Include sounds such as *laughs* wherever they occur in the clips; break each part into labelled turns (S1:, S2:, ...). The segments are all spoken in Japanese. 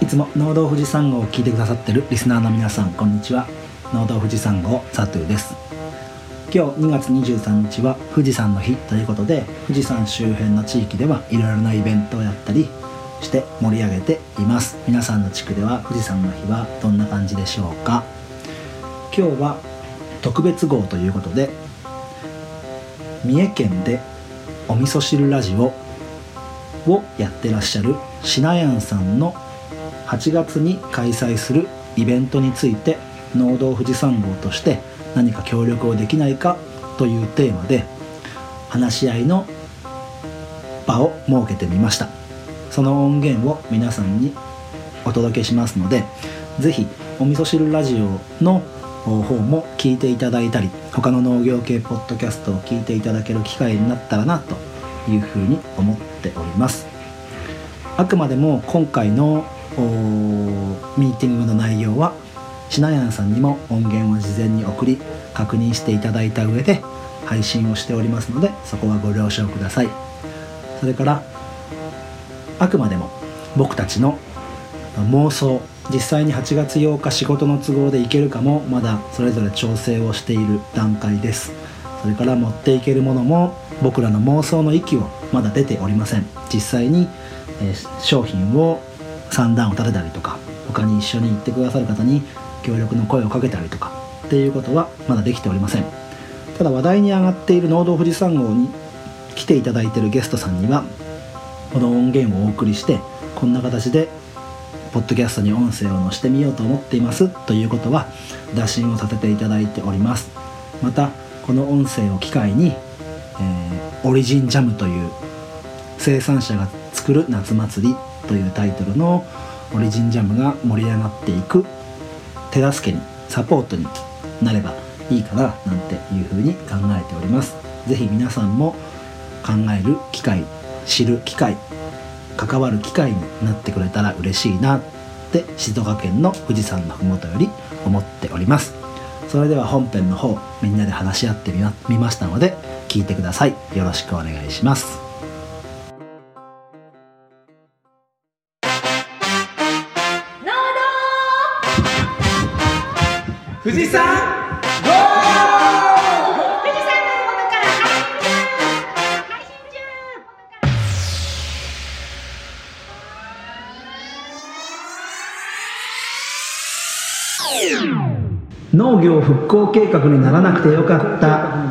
S1: いつも農道富士山号を聞いてくださってるリスナーの皆さんこんにちは農道富士山号佐藤です今日2月23日は富士山の日ということで富士山周辺の地域ではいろいろなイベントをやったりして盛り上げています皆さんの地区では富士山の日はどんな感じでしょうか今日は特別号ということで三重県でお味噌汁ラジオをやってらっしゃるしなやんさんの8月に開催するイベントについて農道富士山号として何か協力をできないかというテーマで話し合いの場を設けてみましたその音源を皆さんにお届けしますので是非お味噌汁ラジオの方も聞いていただいたり他の農業系ポッドキャストを聞いていただける機会になったらなというふうに思っておりますあくまでも今回のおーミーティングの内容はしなやんさんにも音源を事前に送り確認していただいた上で配信をしておりますのでそこはご了承くださいそれからあくまでも僕たちの妄想実際に8月8日仕事の都合で行けるかもまだそれぞれ調整をしている段階ですそれから持っていけるものも僕らの妄想の域をまだ出ておりません実際に、えー商品を算段を立てたりとか他に一緒に行ってくださる方に協力の声をかけたりとかっていうことはまだできておりませんただ話題に上がっている農道富士山号に来ていただいているゲストさんにはこの音源をお送りしてこんな形でポッドキャストに音声を載せてみようと思っていますということは打診をさせていただいておりますまたこの音声を機会に、えーオリジンジャムという生産者が作る夏祭りというタイトルのオリジンジャムが盛り上がっていく手助けにサポートになればいいかななんていうふうに考えております是非皆さんも考える機会知る機会関わる機会になってくれたら嬉しいなって静岡県の富士山の麓より思っておりますそれでは本編の方みんなで話し合ってみまみましたので聞いてくださいよろしくお願いします
S2: 富士山
S3: 富士山の元から配信中配信中
S1: 農業復興計画にならなくてよかった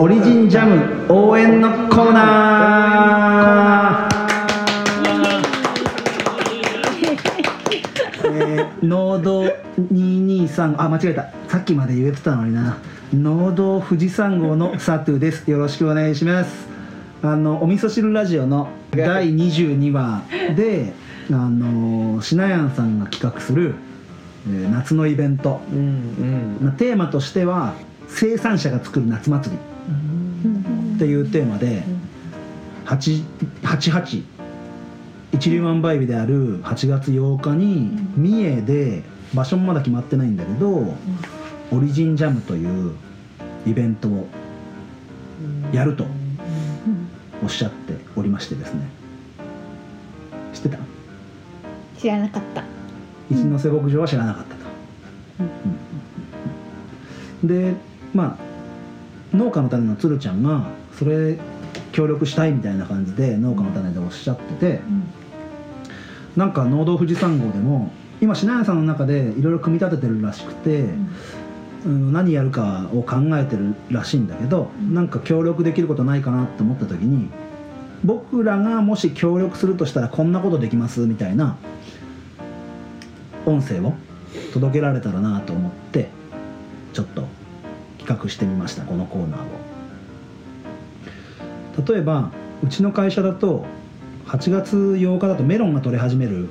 S1: オリジンジャム応援のコーナーえー農道223あ間違えたさっきまで言えてたのにな農道富士山号のサトゥですよろしくお願いしますあのお味噌汁ラジオの第22話であのしなやんさんが企画する、えー夏のイベント
S2: うんうん
S1: まあテーマとしては生産者が作る夏祭りっていうテーマで8 88一粒万倍日である8月8日に三重で場所もまだ決まってないんだけどオリジンジャムというイベントをやるとおっしゃっておりましてですね知ってた
S4: 知らなかった。
S1: 一ノ瀬牧場は知らなかったと、でまあ農家の種の鶴ちゃんがそれ協力したいみたいな感じで農家の種でおっしゃってて、なんか農道富士山号でも今しなやさんの中でいろいろ組み立ててるらしくて、うん何やるかを考えてるらしいんだけど、なんか協力できることないかなって思った時に僕らがもし協力するとしたらこんなことできますみたいな音声を届けられたらなと思ってちょっと企画してみましたこのコーナーを例えばうちの会社だと8月8日だとメロンが取れ始める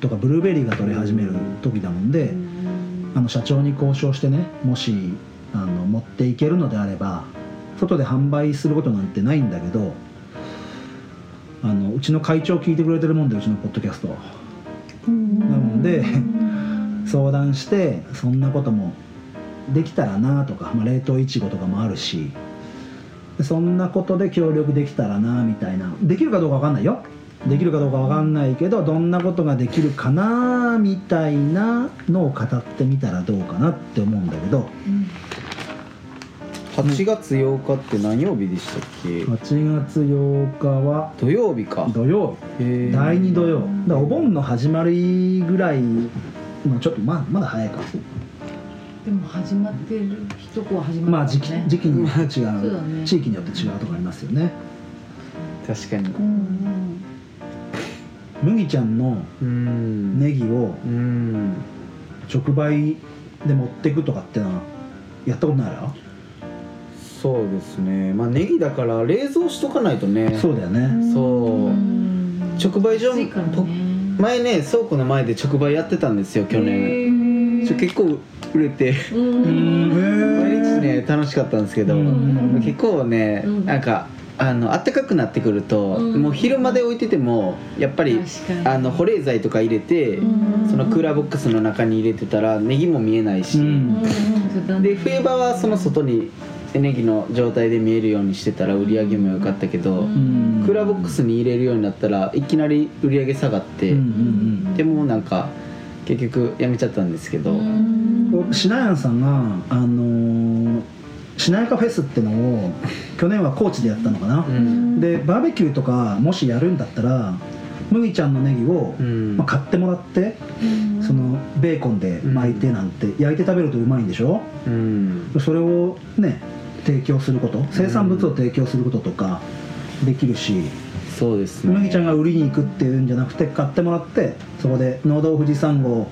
S1: とかブルーベリーが取れ始める時だもんであの社長に交渉してねもしあの持っていけるのであれば外で販売することなんてないんだけどあのうちの会長聞いてくれてるもんでうちのポッドキャストなので相談してそんなこともできたらなとか、まあ、冷凍いちごとかもあるしそんなことで協力できたらなみたいなできるかどうかわかんないよ、できるかどうかわかんないけどどんなことができるかなみたいなのを語ってみたらどうかなって思うんだけど
S4: うん
S5: 8月8日って何曜日でしたっけ
S1: 8月8日は
S5: 土曜日か
S1: 土曜
S5: へー
S1: 第2土曜だからお盆の始まりぐらいまあちょっとまあまだ早いか
S6: でも始まってる人は始
S1: ま
S6: ま
S1: あ
S6: って
S1: 時
S6: る
S1: 期
S6: ね、
S1: 時期によって違
S6: そうだね
S1: う地域によって違うとかありますよね
S5: 確かに
S4: うんうん
S1: 麦ちゃんの
S5: うん
S1: ネギを
S5: うん
S1: 直売で持ってくとかってのはやったことないよ
S5: そうですねまあネギだから冷蔵しとかないとね
S1: そうだよね
S5: そう直売所
S6: 暑いからね
S5: ぽ前ね倉庫の前で直売やってたんですよ去年ちょ結構売れて
S6: うーん
S5: 毎日ね楽しかったんですけど、
S6: うん
S5: 結構ね、
S6: うん
S5: なんかあの暖かくなってくると、
S6: うん
S5: もう昼まで置いててもやっぱり
S6: 確かに
S5: あの保冷剤とか入れて、
S6: うん
S5: そのクーラーボックスの中に入れてたらネギも見えないし、
S1: うん
S5: で冬場はその外にネギの状態で見えるようにしてたら売り上げも良かったけど、
S1: うん
S5: クーラーボックスに入れるようになったらいきなり売り上げ下がって、
S1: うんうん
S5: でもうなんか結局やめちゃったんですけど、
S1: うんこうシナヤンさんがあのーシナヤカフェスってのを去年は高知でやったのかな
S5: う、ん
S1: でバーベキューとかもしやるんだったら麦ちゃんのネギを、
S5: うん
S1: まあ、買ってもらってそのベーコンで巻いてなんて、焼いて食べるとうまいんでしょ
S5: うん
S1: それをね提供すること生産物を提供することとかできるし、
S5: そうですね
S1: 麦ちゃんが売りに行くっていうんじゃなくて買ってもらってそこで「農道富士山号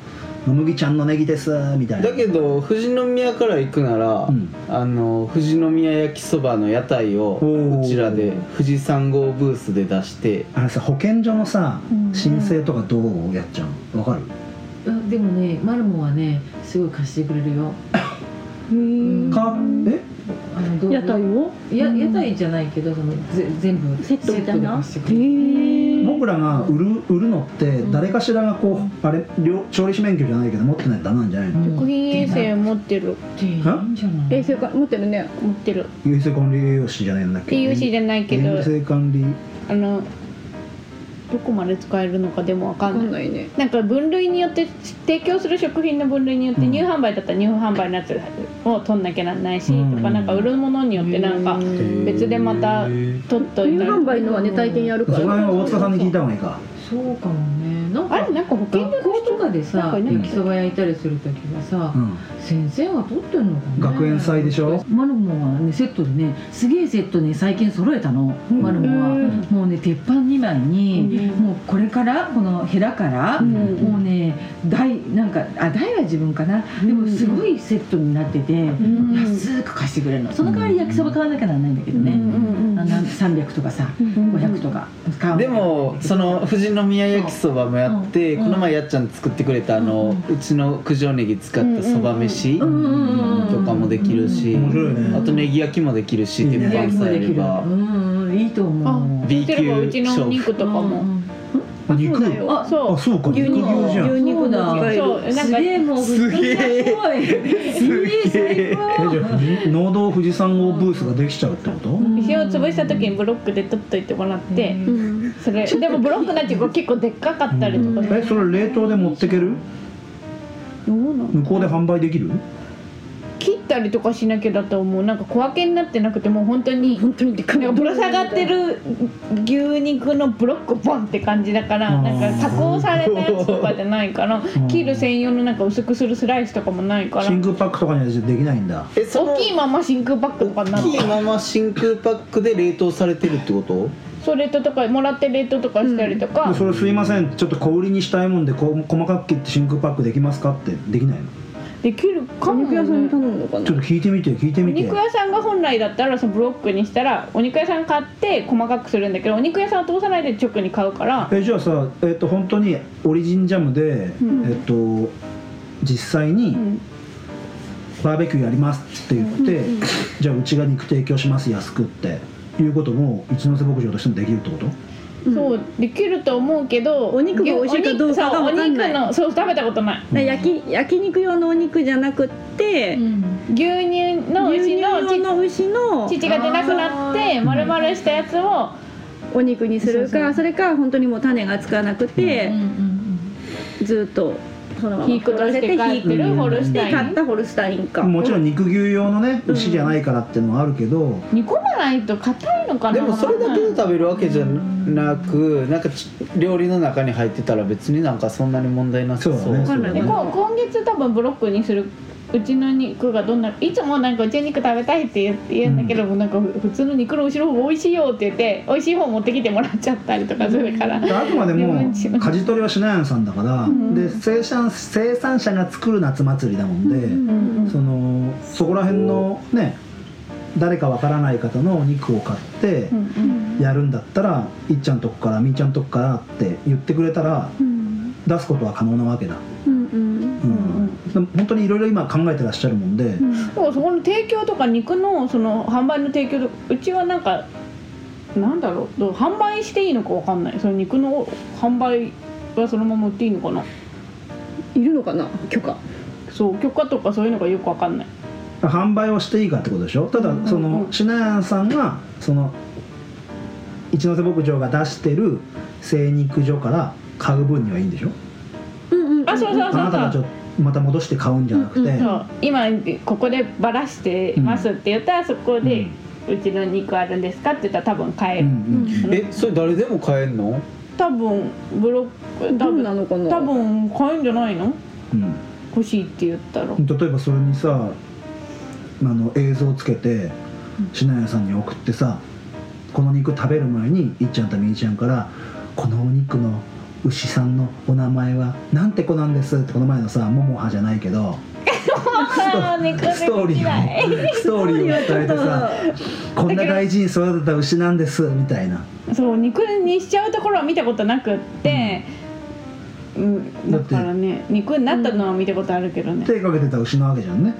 S1: の麦ちゃんのネギです」みたいな
S5: だけど富士宮から行くなら、
S1: うん
S5: あの富士宮焼きそばの屋台を
S1: おー
S5: こちらで富士山号ブースで出して
S1: あれさ保健所のさ
S4: うん
S1: 申請とかどうやっちゃうのわかる
S6: うんでもねマルモはねすごい貸してくれるよ
S4: うん
S1: かえ
S6: あの道具
S4: 屋台を
S6: や
S4: うん
S6: 屋台じゃないけどそのぜ全部
S4: セットみたいな
S6: セットで貸してくれる
S4: へえ
S1: 僕らが売る売るのって誰かしらがこうあれ料調理師免許じゃないけど持ってないとダメなんじゃないの
S6: うん
S4: 食品衛生持ってる
S6: っていいんじゃない
S4: 衛生か持ってるね持ってる
S1: 優生管理栄養士じゃないんだっけ
S4: TUC じゃないけど
S1: 優生管理
S4: あのどこまで使えるのかでもわかんない
S6: ないね
S4: なんか分類によって提供する食品の分類によって
S1: うん
S4: 乳販売だったら乳販売のやつを取んなきゃなんないし、
S1: うん
S4: とかなんか売るものによってなんか別でまた取っといたり
S6: 売のはね体験やる
S1: そこら辺は大塚さんに聞いた方がいいか
S6: そうかもねなん
S4: あ
S6: か
S4: れなんか保健所
S6: 学校とかで
S4: なんか
S6: さ
S4: いない
S6: 焼きそば焼いたりするときはさ、
S1: うん
S6: 先生は取ってんのかね
S1: 学園祭でしょ
S6: マルモはねセットでねすげえセットね最近揃えたの、マルモは、
S4: うん
S6: もうね鉄板2枚に、
S4: うん
S6: もうこれからこのヘラから、
S4: うん
S6: もうね台なんかあ台は自分かな、でもすごいセットになってて、
S4: ん
S6: 安く貸してくれるのその代わり焼きそば買わなきゃならないんだけどね、あなんか300とかさ500とか買う
S5: でもその富士宮焼きそばもやって、
S6: うん
S5: この前やっちゃん作ってくれたあの、うちの九条ネギ使ったそば飯とか
S6: うんうんうんうん
S5: もできるし、
S1: 面白いね
S5: あとネギ焼きもできるし
S1: いい
S5: 鉄
S1: ね
S5: 板
S6: 焼きも
S5: さえあ
S6: で
S5: れ
S6: きる
S5: ば
S6: うんうんいいと思う
S5: B
S4: 例えばうち
S5: 級
S4: のお
S5: 商
S4: 肉とか
S6: う
S4: も、
S6: ん
S1: 肉
S4: あそう
S1: あそうか
S4: 牛肉
S1: 肉牛じゃん
S4: 牛肉の
S6: そうだ
S4: そうなん
S6: す
S4: か
S6: げえもう
S5: すげえ
S6: すごいいい最
S1: えじ
S6: 高
S1: ゃあ富士農道富士山号ブースができちゃうってこと、
S4: 石を潰した時にブロックで取っといてもらって、
S6: うん
S4: うんそれでもブロックなんていうか結構でっかかったりとか、
S1: えそれ冷凍で持ってける
S4: どうなの
S1: 向こうで販売できる
S4: 切ったりとかしなきゃだと思うなんか小分けになってなくてもう本当に本当にぶら下がってる牛肉のブロックボンって感じだから
S1: あー
S4: なんか加工されたやつとかじゃないから
S1: ん
S4: 切る専用のなんか薄くするスライスとかもないから
S1: 真空パックとかにはできないんだ
S5: えその
S4: 大きいまま真空パックとかにな
S5: 大
S4: る
S5: きいまま真空パックで冷凍されてるってこと
S4: それととかもらって冷凍とかしたりとか、
S1: でそれすいませんちょっと小売りにしたいもんでこう細かく切って真空パックできますかってできないの
S4: できるかも、
S6: 肉屋さんに
S4: ね
S6: 頼むの
S1: ち
S6: か
S1: ょっと聞いてみて聞いて
S4: お
S1: みて
S4: 肉屋さんが本来だったらそのブロックにしたらお肉屋さん買って細かくするんだけどお肉屋さんは通さないで直に買うから
S1: えじゃあさえっと本当にオリジンジャムで、
S4: うん
S1: えっと実際に
S4: うん
S1: バーベキューやりますって言って、じゃあうちが肉提供します安くっていうことも一ノ瀬牧場としてもできるってこと
S4: そうできると思うけど
S7: お肉が美味しいかどうかがわかんな
S4: そう
S7: い
S4: お肉のそう食べたことない
S7: だから焼き焼肉用のお肉じゃなくって、
S4: 牛乳のう
S7: 牛乳
S4: ちの
S7: 用の牛の
S4: ち父が出なくなって丸々したやつを
S7: お肉にする
S4: そうそう
S7: かそれか本当にもう種がつかなくて
S4: うんうん
S7: ずっとそのまま
S4: 火下して
S7: 凍ら
S4: 帰っ
S7: せ
S4: ててるホルス
S7: で
S4: タイ
S7: 買っ
S4: ン
S7: たホルスタインか
S8: もちろん肉牛用のね牛じゃないからっていうのはあるけど
S4: 煮込まないと硬いのかな
S5: でもそれだけで食べるわけじゃなくなんかち料理の中に入ってたら別になんかそんなに問題なさそう
S8: そうだね
S5: そう
S8: わかん
S4: で
S8: ない
S4: こ今月多分ブロックにするうちの肉がどんないつもなんかうちの肉食べたいって言う言うんだけど、なんか普通の肉の後ろの方美味しいよって言って美味しい方持ってきてもらっちゃったりとかするから、
S8: あくまでも
S4: 自分家の
S8: 舵取りはしないさんだから、
S4: ん
S8: で生産生産者が作る夏祭りだもんで、
S4: うんうん
S8: そのそこら辺のね誰かわからない方のお肉を買って
S4: うんうん
S8: やるんだったら、いっちゃんとこからみーちゃんとこからって言ってくれたら
S7: うん
S8: 出すことは可能なわけだ、
S7: うんうん
S8: うんでも本当にいろいろ今考えてらっしゃるもんで、
S4: そうそこの提供とか肉のその販売の提供とうちはなんかなんだろうどう販売していいのかわかんないその肉の販売はそのまま売っていいのかない
S7: るのかな許可
S4: そう許可とかそういうのがよくわかんない
S8: 販売をしていいかってことでしょただ
S4: うん
S8: そ
S4: うん
S8: の
S4: うん
S8: しなやんさんがその一ノ瀬牧場が出してる精肉所から買う分にはいいんでしょ
S7: うんうん
S4: あそうそうそう
S8: あ
S4: そう
S8: なたがちょっとまた戻して買うんじゃなくて、
S7: うん
S4: そう今ここでバラしてますって言ったら、そこで、うちの肉あるんですかって言ったら多分買え
S8: う
S4: る、
S8: んうん
S5: えそれ誰でも買えんの
S4: 多分ブロック多
S7: どう
S4: 分
S7: なのかな
S4: 多分買えるんじゃないの
S8: う
S4: 欲しいって言ったら
S8: ん例えばそれにさあの映像つけてしなやさんに送ってさこの肉食べる前にいっちゃんとみーちゃんから「このお肉の牛さんのお名前はなんて子なんです」ってこの前のさ「ももは」じゃないけど。
S4: あー肉で
S8: *laughs* ストーリ
S4: きない
S8: ーをストーリーを伝えてさこんな大事に育てた牛なんですみたいな
S4: そう肉にしちゃうところは見たことなくって、うん、だからね肉になったのは見たことあるけどね、
S8: 手かけてた牛なわけじゃんね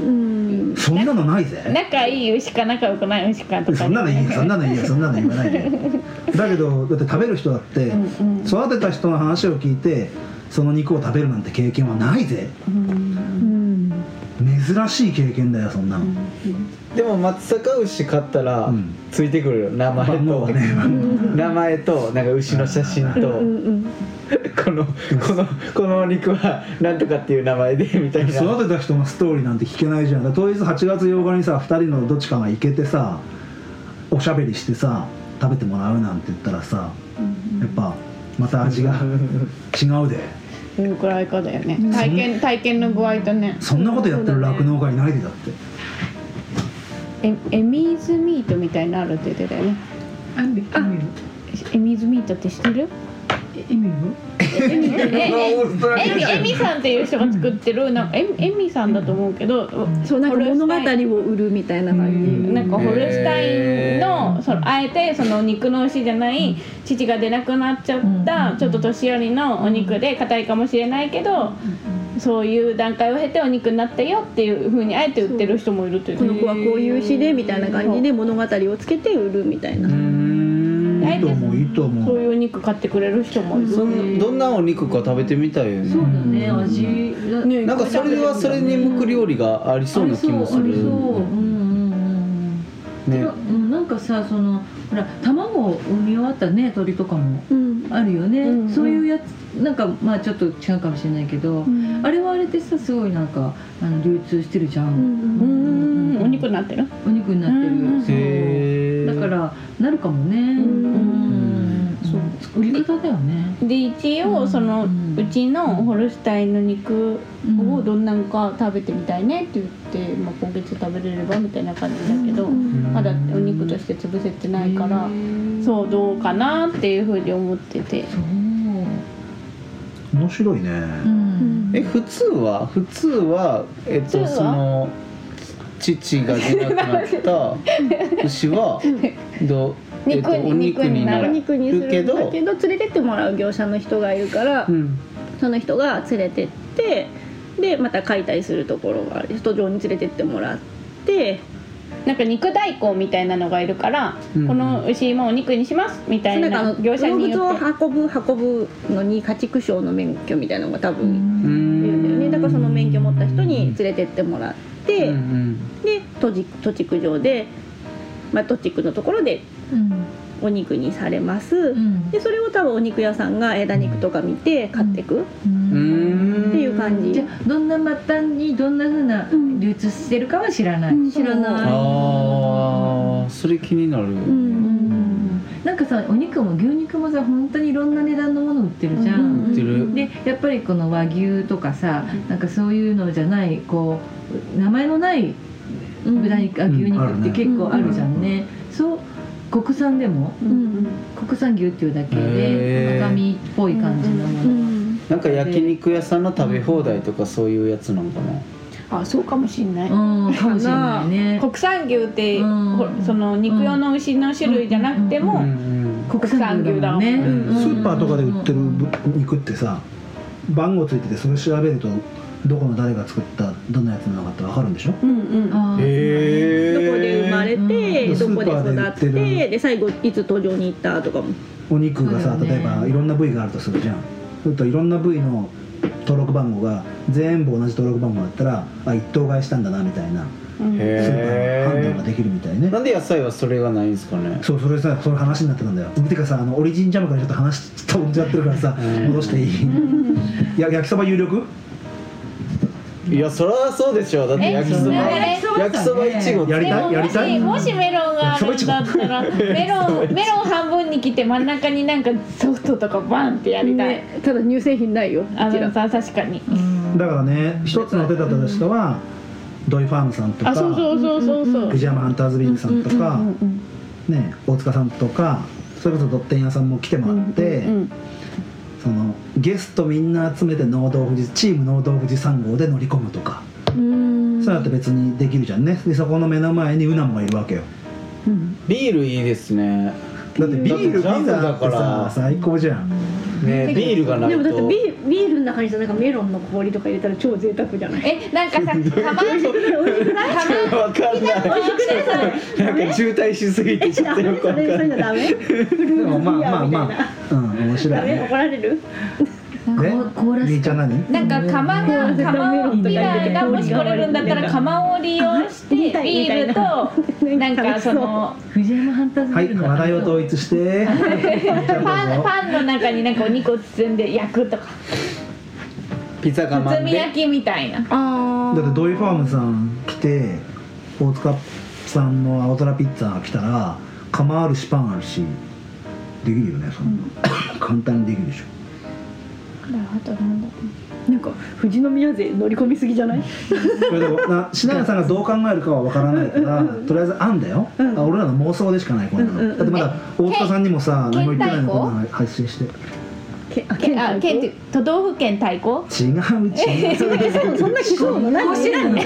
S7: うん
S8: そんなのないぜ
S4: 仲いい牛か仲良くない牛かとかね
S8: *laughs* そんなの
S4: *laughs*
S8: いいよそんなのいいよそんなの言わないでだけどだって食べる人だって
S4: うんうん
S8: 育てた人の話を聞いてその肉を食べるなんて経験はないぜ
S4: うん
S8: 珍しい経験だよそんなの、
S5: でも松阪牛買ったら
S8: うん
S5: ついてくるよ名前と、
S8: もうね
S5: *laughs* 名前となんか牛の写真と、
S7: うんうん
S5: *laughs* このこのこのお肉はなんとかっていう名前でみたいな
S8: 育てた人のストーリーなんて聞けないじゃんだから当日8月8日にさ2人のどっちかが行けてさおしゃべりしてさ食べてもらうなんて言ったらさ、やっぱまた味が違うで
S4: それくらいかだよね体験体験の具合とね
S8: そんなことやってる酪農家いないでだって
S4: えエミーズミートみたいなのあるって言ってたよね
S6: あんで
S4: エ
S6: エミル
S4: ミーズミートって知ってる
S6: エミル
S4: ええみえみさんっていう人が作ってるなんかえみえみさんだと思うけど
S7: そうなんか
S4: ホルス
S7: 物語
S4: タイン
S7: を売るみたいな感じ
S4: なんかホルスタインのそのあえてその肉の牛じゃない父が出なくなっちゃったちょっと年寄りのお肉で硬いかもしれないけどそういう段階を経てお肉になったよっていうふうにあえて売ってる人もいるとい
S7: こ
S4: う
S7: の子はこういう詩でみたいな感じで物語をつけて売るみたいな
S8: いいと思ういいと思
S4: そう
S8: う
S4: いうお肉買ってくれる人もいる
S5: そんどんなお肉か食べてみたいよ
S6: そう
S5: ね
S6: だね味が
S4: ね
S5: なんかそれはそれに向く料理がありそうな気もす
S6: あり
S5: る
S6: そううんうんうん
S5: ね
S6: うんなんかさそのほら卵を産み終わったね鳥とかも
S7: うん
S6: あるよね、
S4: うんうん
S6: そういうやつなんかまあちょっと違うかもしれないけど、あれはあれでさすごいなんかあの流通してるじゃ、
S7: うん
S4: うんんお肉になってる
S6: お肉になってる、
S4: うんうん
S6: そう
S5: へー
S6: だからなるかもね、うん
S4: そう
S6: 作り方だよね、
S4: で一応その
S6: うん
S4: うちのホルスタインの肉
S6: うん
S4: をどんなんか食べてみたいねって言って、まあ、今月食べれればみたいな感じだけど、まだお肉として潰せてないから
S6: へ、ーそ
S4: そう
S6: う
S4: どうかなっていうふうに思ってて
S8: 面白いね、
S6: うん
S5: え普通は普通はえっ
S4: 普通
S5: と
S4: は
S5: その父が出なくな
S7: *laughs*
S5: った牛はどう、えっと、お肉にな
S7: お
S5: る
S7: 肉にするんだけ
S5: け
S7: ど
S5: ど、
S7: 連れてってもらう業者の人がいるから、
S5: うん、
S7: その人が連れてってでまた解体するところがある人上に連れてってもらって
S4: なんか肉代行みたいなのがいるから、
S5: うん
S4: この牛もお肉にしますみたい
S7: なんかあ
S4: な
S7: の
S4: 業者
S7: 動
S4: に
S7: 物
S4: よ
S7: を
S4: って
S7: 運ぶ運ぶのに家畜商の免許みたいなのが多分
S5: う
S7: いるんだよ
S5: ん
S7: ねだからその免許持った人に連れてってもらって、
S5: うん
S7: で都地区上で、まあ、都地区のところで
S6: うん
S7: お肉にされます、
S9: うん
S7: でそれを多分お肉屋さんが枝肉とか見て買ってくっていう感じ
S9: じゃあどんな末端にどんなふうな
S7: うん
S9: 流通してるかは知らない、
S7: うん
S9: 知らない
S5: ああそれ気になる、
S7: うん
S9: うんなんかさお肉も牛肉もさ本当にいろんな値段のもの売ってるじゃん、
S5: 売ってる
S9: でやっぱりこの和牛とかさなんかそういうのじゃないこう名前のない豚肉、あ
S5: うん
S9: 牛
S8: ある
S9: 肉っ
S8: ね
S9: て結構あるじゃんね、そう国産でも
S7: うん
S9: 国産牛っていうだけ
S5: へ
S9: で
S5: ー
S9: 赤身っぽい感じのも
S7: う
S9: の、
S7: ん
S5: なんか焼肉屋さんの食べ放題とかそういうやつなんかな、
S4: あそうかもしんない、
S9: うん、かもしれないね
S4: 国産牛って、
S9: うん
S4: ほその肉用の牛の種類じゃなくても、
S5: うん
S9: 国産牛だもんね、
S4: 国産
S8: スーパーとかで売ってる
S9: うん
S8: 肉ってさ番号ついててそれ調べるとどこの誰が作ったどんなやつなのかって分かるんでしょ
S4: うんうん
S9: あー
S5: へえ
S7: どこで生まれて、
S8: うん
S7: どこで育
S8: スーパーで売
S7: っ
S8: って
S7: てで最後いつ登場に行ったとかも
S8: お肉がさ、
S9: そうだよ
S8: 例
S9: ね
S8: えばいろんな部位があるとするじゃんするといろんな部位の登録番号が全部同じ登録番号だったらあ一等買いしたんだなみたいなスーパーの判断ができるみたいね
S5: なんで野菜はそれがないんですかね
S8: そうそれさそれ話になってたんだよてかさあのオリジンジャムからちょっと話飛んじゃってるからさ
S5: うん
S8: 戻していいや焼きそば有力
S5: いやそりゃそうでしょだって焼きそば
S4: え
S9: そうね
S5: 焼きそばいちご
S8: やり
S4: で
S8: た
S4: も
S8: いや
S4: も
S8: りた
S4: し
S8: い
S4: もしメロンがあるんだった
S8: *laughs*
S4: らメロンメロン半分に切って真ん中になんかソフトとかバンってやりたい、
S7: ねただ乳製品ないよ
S4: あ
S7: うち
S4: で
S7: ら
S4: もさ確かに
S8: だからね一つの手だったとしてはドイファームさんとか
S4: あそうそうそうそうそう、
S8: 藤山ハンターズビーンさんとか、ね、大塚さんとかそれこそドッテン屋さんも来てもらって、そのゲストみんな集めて農道富士チーム農道富士3号で乗り込むとか、そうやって別にできるじゃんねでそこの目の前にウナンもいるわけよ
S5: ビールいいですね
S8: だってビール
S5: だ
S8: ビザ
S5: ってジャンプだか
S8: って
S5: ら
S8: さ最高じゃん
S5: ねビールがない
S7: で
S5: と
S7: もだってビービールの中にさなんかメロンの氷とか入れたら超贅沢じゃない
S4: えなんかさたまにたまに
S5: *laughs* わかんないなんか渋滞しすぎてちょっ
S7: ダ
S5: とよ
S7: メ
S5: く
S7: *laughs*
S5: わか
S7: それそういうんの
S5: ない
S8: でも
S7: ダメ
S8: まあまあま *laughs* あうん面
S7: ダ
S8: 白い
S7: *laughs* メ
S8: ね
S7: 怒られる
S8: ね
S9: 凍ら
S8: り
S9: せ
S8: ーちゃん何
S4: なんか釜が釜をピラがもし来れるんだったら釜を利用してビール
S8: *laughs*
S4: となんかその
S9: 藤山ハンターズ
S8: はい話題を統
S9: 一
S8: 一して *laughs* じゃあ
S4: パ
S8: ど
S4: ン
S8: うぞ
S4: パンの中になんかお肉を包んで焼くとか
S5: ピザがま
S4: 包
S5: ん
S4: み焼
S5: で
S4: きみたいな
S7: あ
S8: だってドイファームさん来て大塚さんの青空ピッツァ来たら釜あるしパンあるしできるよねそんな *laughs* 簡単にできるでしょ
S7: なんか富士宮勢乗り込みすぎじゃない
S8: これでも *laughs* な品川さんがどう考えるかは分からないからとりあえずあんだよ、あ俺らの妄想でしかないこんなの、だってまだ大塚さんにもさ
S4: え
S8: 何も言ってない
S4: 県対
S8: の
S4: 抗
S8: こんなの発信して
S7: けあ
S4: けあ県っ
S7: 県
S4: ていう都道府県対抗
S8: 違う違う *laughs*
S7: そんな聞くのない知らんね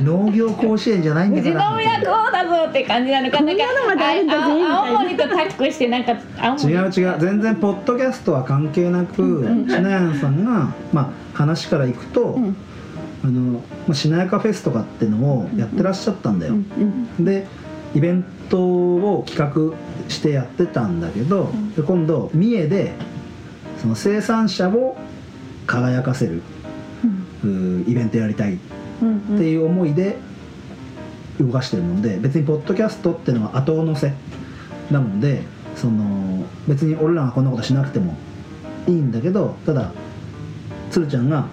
S8: 農業甲子園じゃないんだ
S4: 富士
S8: から
S4: 宮こうだぞって感じなのかなんか
S7: まであるんだぜ
S4: あ
S7: みたいな
S4: 青森とタッグしてなんか青森
S8: 違う違う全然ポッドキャストは関係なくしなやんさんが、まあ、話からいくと、あのまあ、しなやかフェスとかってのをやってらっしゃったんだよ、でイベントを企画してやってたんだけど、で今度三重でその生産者を輝かせる、うーイベントやりたいっていう思いで動かしてるもんで別にポッドキャストってのは後乗せなのでその別に俺らがこんなことしなくてもいいんだけどただつるちゃんが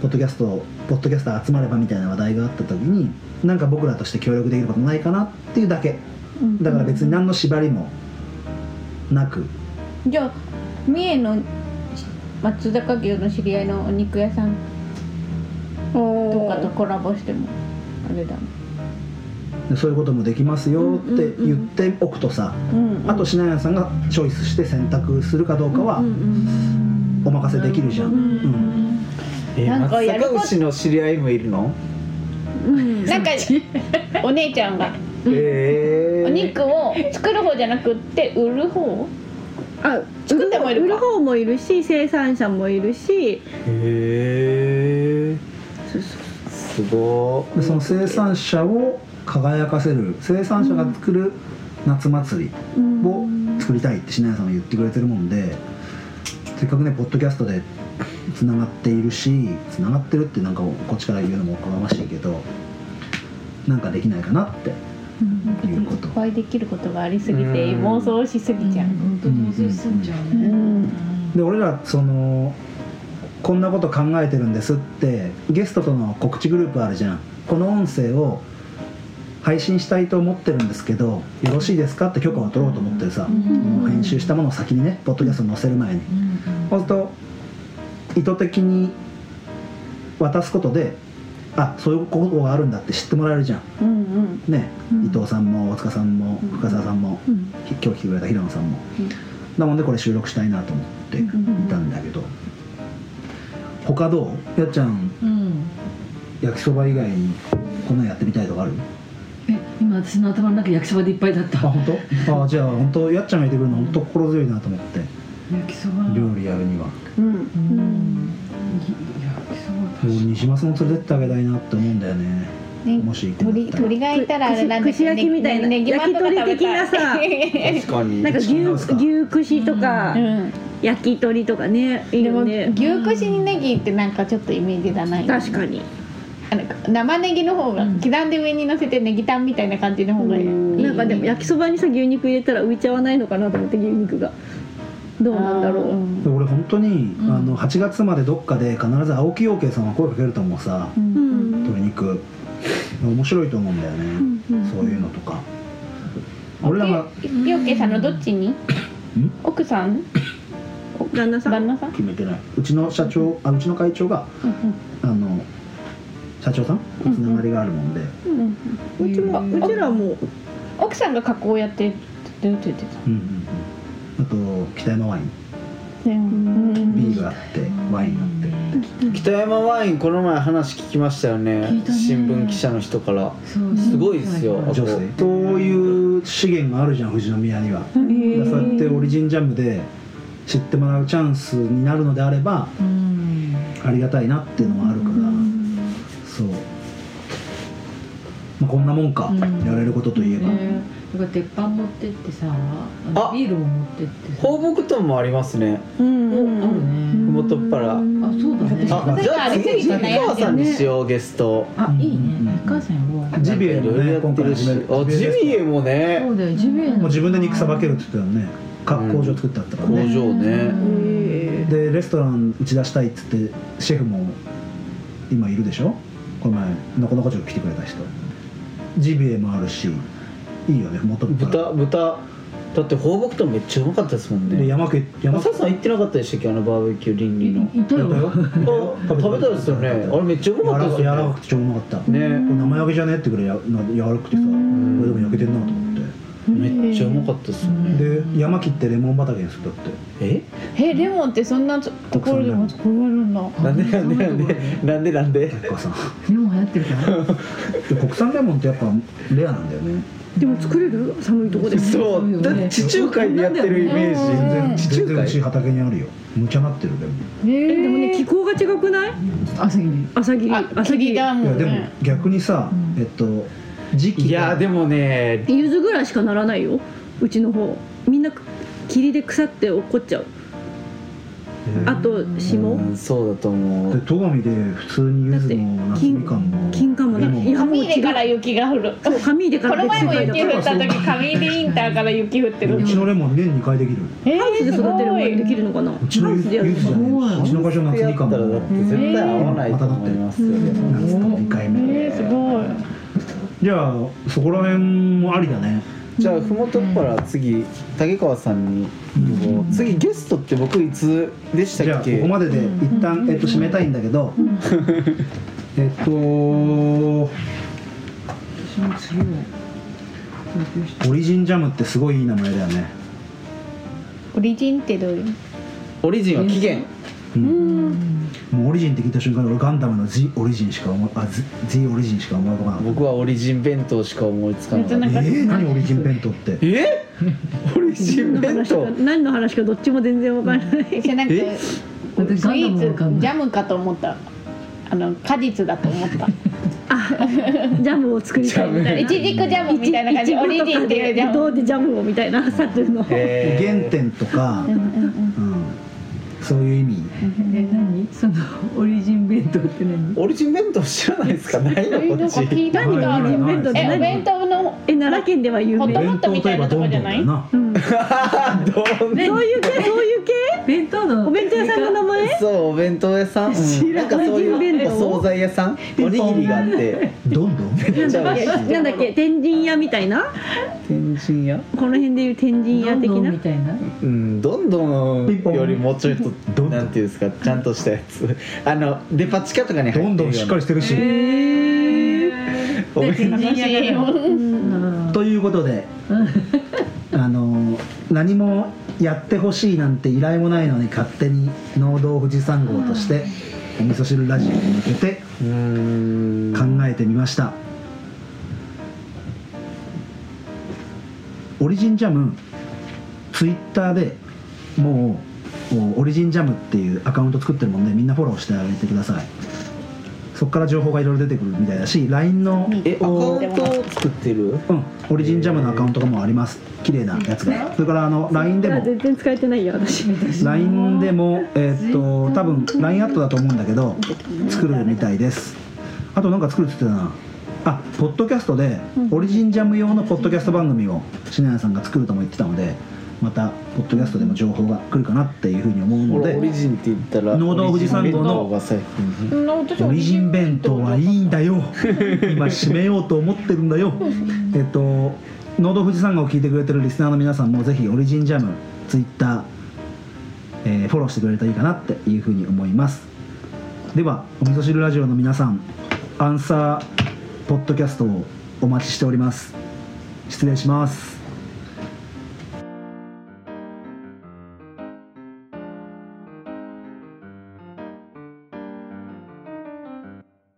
S8: ポッドキャストポッドキャスター集まればみたいな話題があった時になんか僕らとして協力できることないかなっていうだけだから別に何の縛りもなく
S4: じゃあ三重の松坂牛の知り合いのお肉屋さんとかとコラボしてもあれだ
S8: でそういうこともできますよって言っておくとさあとしなやさんがチョイスして選択するかどうかはお任せできるじゃん、うん
S5: え
S4: なんか
S5: 松
S4: やること
S5: 阪牛の知り合いもいるの
S4: なんかお姉ちゃんが
S5: ええ
S4: お肉を作る方じゃなくって売る方
S7: あ
S4: 作ってもいるか
S7: 売る方もいるし生産者もいる
S5: へ
S7: し
S5: えすご
S8: でその生産者を輝かせる生産者が作る夏祭りを作りたいって品屋さんが言ってくれてるもんでせっかくねポッドキャストでつながっているしつながってるってなんかこっちから言うのもおこがましいけどなんかできないかなってということ
S4: いっぱいできることがありすぎて妄想しすぎちゃう。
S9: 本当に妄想しすぎちゃうね、
S8: で俺らそのこんなこと考えてるんですってゲストとの告知グループあるじゃんこの音声を配信したいと思ってるんですけどよろしいですかって許可を取ろうと思ってさ、もう編集したものを先にねポッドキャストに載せる前に、そうすると意図的に渡すことであそういうことがあるんだって知ってもらえるじゃん、ね、伊藤さんも大塚さんも深澤さんも、き今日来てくれた平野さんも、なのでこれ収録したいなと思っていたんだけど、他どうやっちゃん
S9: うん
S8: 焼きそば以外にこんなんやってみたいとかある
S9: え今私の頭の中焼きそばでいっぱいだっ
S8: あ
S9: た
S8: 本当？あじゃあ本当やっちゃんがいてくれるの本当心強いなと思って
S9: 焼きそば
S8: 料理やるにはも
S9: うんい焼きそう
S8: 西松も連れてってあげたいなって思うんだよね
S4: ね
S8: もし行く
S4: 鳥
S8: んだったら
S4: 鳥がいたらあれなんだ
S7: 串焼きみたいな
S4: ねぎまとか食べたい
S7: 焼き鳥的なさ
S5: 確かに
S7: なんか牛
S8: そうですか
S7: 牛串とか
S4: うん。
S7: 焼き鳥とかねいい
S4: で
S7: よ
S4: も
S7: ね
S4: 牛串にネギってなんかちょっとイメージがない。
S7: 確かに
S4: あの生ネギの方が刻んで上に乗せてネギタンみたいな感じの方がいい。
S7: なんかでも焼きそばにさ牛肉入れたら浮いちゃわないのかなと思って牛肉がどうなんだろう
S4: う。
S8: で俺本当に、
S9: ん
S8: あの8月までどっかで必ず青木陽慶さんは声かけると思うさ、
S7: うん
S8: 鶏肉面白いと思うんだよね、そういうのとか俺らが
S4: よけさんのどっちに？奥さん？
S7: 旦那さ
S4: 旦
S7: ん
S4: 那さん？
S8: 決めてないうちの社長あうちの会長があの社長さんつながりがあるもんで、
S7: うちはうちらも
S4: 奥さんが加工やってるって言ってた。
S8: うんうんうん、あと北山ワインビールあってワインあって
S5: 北山ワインこの前話聞きましたよね
S9: 聞いたね
S5: 新聞記者の人から
S9: そう
S5: すごいですよあそ
S8: 女
S5: こ
S8: 性そういう資源があるじゃん富士宮には、だからそうやってオリジンジャムで知ってもらうチャンスになるのであれば
S9: うん
S8: ありがたいなっていうのもあるから、そう、まあ、こんなもんか、
S9: うん
S8: やれることといえば、
S9: ねだから鉄板持ってってさあの
S5: あ
S9: ビールを持ってってさ
S5: 放牧豚もありますね
S9: おあるね
S5: 麓っ腹あ
S9: あそうだね
S8: あ
S5: じゃ
S4: あ
S5: あ
S4: れ
S5: 次
S4: 次
S5: 吉
S4: の悩みだね
S5: 川さんにしようゲスト
S9: あいい
S8: うんうんう
S9: ね
S8: ん
S9: お母さんやろう
S8: ジビエもね
S5: やってるし
S8: 今回
S5: あジビエも
S9: そ
S5: ね
S9: うだよジビエ
S8: もう自分で肉さばけ
S9: る
S8: るって言ってたよね格工所作ってあったから
S5: 工
S8: ね、
S5: 場ね
S8: でレストラン打ち出したいっつってシェフも今いるでしょこの前のこのこ町来てくれた人ジビエもあるしいいよね元々
S5: 豚豚だって放牧豚めっちゃうまかったですもん
S8: で
S5: ね
S8: 山家山
S5: 朝さん行ってなかったでしたっけあのバーベキュー倫理の
S9: いたよ
S5: あ食べたですよねあれめっちゃうまかったです
S8: 柔らか
S5: よ
S8: くて超うまかっ
S5: ね
S8: た、これ
S5: ね
S8: 生焼けじゃねってくらいやな柔らかくてさこれでも焼けてんなと思っ
S5: めっちゃうまかったですよね
S8: てで山切ってレモン畑にするだって
S5: え
S4: えレモンってそんなところでも作れるんだ。
S5: なんでなんでなんでなんでなんで
S8: お母さん
S9: でも流行ってるから
S8: で国産レモンってやっぱレアなんだよね
S7: でも作れる寒いとこで
S5: そうだって地中海でやってるイメ
S8: 全
S5: ージ
S8: 然
S5: 地中海
S8: 全然うち畑にあるよむちゃなってるレモン
S7: えでもね気候が違くない
S9: 朝日に
S7: 朝霧
S4: あ、
S7: 朝
S4: 霧
S7: 霧
S4: だ
S8: い
S4: も
S8: や
S4: ん
S8: でも
S4: ね。
S8: 逆にさ、えっと時期
S5: いやで
S8: も
S5: もね
S7: 柚子ぐらいしかならないようちの方みんな霧で腐って怒っちゃうあと霜
S5: うんそうだと思う
S8: 戸上で普通に柚子も
S7: だって
S8: 夏みかんも
S7: 金柑も
S8: レ
S7: ね
S8: モン
S7: いや
S4: 紙入れから雪が降る。
S7: そう紙で
S4: こ
S7: から
S4: の前も
S7: 別
S4: 雪
S7: に
S4: 降った時紙入れインターから雪降ってる
S8: う。ちのレモン年2回できる
S4: え
S7: ハウスで育てるものでき
S4: る。
S7: るのかな
S8: うちの
S7: ハウ
S8: 柚
S7: ス
S8: 子
S7: でやる
S8: 柚子じゃねえうちの会社の夏みかん
S5: だったらだ
S8: も
S5: って絶対合わないと思いますよね
S8: 夏と2回
S4: え
S8: 目
S4: ー、すごい。
S8: じゃあそこら辺もありだね
S5: じゃあふもとっぱら次竹川さんに次ゲストって僕いつでし
S8: じ
S5: たっ
S8: ゃあこ
S5: け
S8: こまでで一旦えっと締めたいんだけどえっ
S9: 私
S8: と
S9: も次を発表して
S8: オリジンジャムってすごいいい名前だよね
S4: オリジンってどういう？
S5: オリジンは期限
S8: もうオリジンって聞いた瞬間俺ガンダムの Z オリジンしか思いあ Z, Z オリジンしか思い浮かばなかった
S5: 僕はオリジン弁当しか思いつかなかった
S8: えー、何オリジン弁当って
S5: えオリジン弁当
S7: 何の話かどっちも全然わからない
S4: 私なんか
S5: え
S4: ス
S9: 私ガン
S4: イ
S9: ダ
S4: ー
S9: ム
S4: ツ
S9: わかん
S4: ジ
S9: ない
S4: ャムかと思った。あの果実だと思った。
S7: ジャムを作りたいみたい
S4: い
S7: な
S4: ちじくジャムみたいな感じ。オリジンっていうジャ
S7: ど
S4: ム。
S7: うでジャムをみたいなサトゥの
S5: えー
S8: 原点とか、うん、そういう意味
S9: え何そのオリジン弁当って何
S5: オリジン弁当知らないですかないのこっち
S4: 聞いたことある。
S8: 何
S7: 弁当
S4: えお弁当の
S7: え奈良県では有
S4: ホッ
S7: 名
S4: トモッ
S8: 弁
S4: ト
S8: 当
S4: み
S8: と
S4: た
S8: い
S4: い
S8: えば
S4: なと
S8: ど
S4: こ
S8: ん
S4: じゃ
S8: どんだ
S4: な
S8: よ
S4: い
S8: な
S5: どう
S7: そういう系そういう系
S6: 弁当の
S7: お弁当屋さんの名前
S5: そうお弁当屋さん、うん、なんかそういうお惣菜屋さんおにぎりがあって
S8: どんどん
S5: めっちゃ美味しい
S7: なんだっけ天神屋みたいな
S5: 天神屋
S7: この辺でいう天神屋的
S6: どんどん
S7: な
S6: みたいな
S5: うんどんど
S8: ピンポ
S5: ん
S8: ン
S5: よりもうちょいと
S8: どんどん
S5: なんていうんですかちゃんとしたやつ *laughs* あのデパ地下とかに入って
S8: ど
S5: るようんな
S8: どんしっかりしてるし、
S5: お弁
S4: 楽しいよ
S8: ということであの何もやってほしいなんて依頼もないのに勝手に農道富士山号としてお味噌汁ラジオに向けて
S5: うーん
S8: 考えてみましたオリジンジャムツイッターでもうもうオリジンジャムっていうアカウント作ってるもんでみんなフォローしてあげてくださいそこから情報がいろいろ出てくるみたいだし LINE の
S5: えアカウントを作ってる
S8: うん、オリジンジャムのアカウントがもうあります綺麗なやつがそれからあの LINE で
S7: あ
S8: も
S7: 全然使えてないよ私
S8: LINE でもえーっと多分 LINE アットだと思うんだけど作るみたいですあとなんか作るって言ってたなあポッドキャストでオリジンジャム用のポッドキャスト番組をしなやさんが作るとも言ってたのでまたポッドキャストでも情報が来るかなっていうふうに思う
S5: ほ
S8: の
S5: らオリ
S8: で
S5: ジンって言ったら
S8: 農道富士山道の
S5: オリジン弁当が最近
S4: うん私
S8: オリジン弁当はいいんだよ今締めようと思ってるんだよえっと農道富士山号を聞いてくれてるリスナーの皆さんもぜひオリジンジャムツイッター、えーフォローしてくれるといいかなっていうふうに思いますではお味噌汁ラジオの皆さんアンサーポッドキャストをお待ちしております失礼します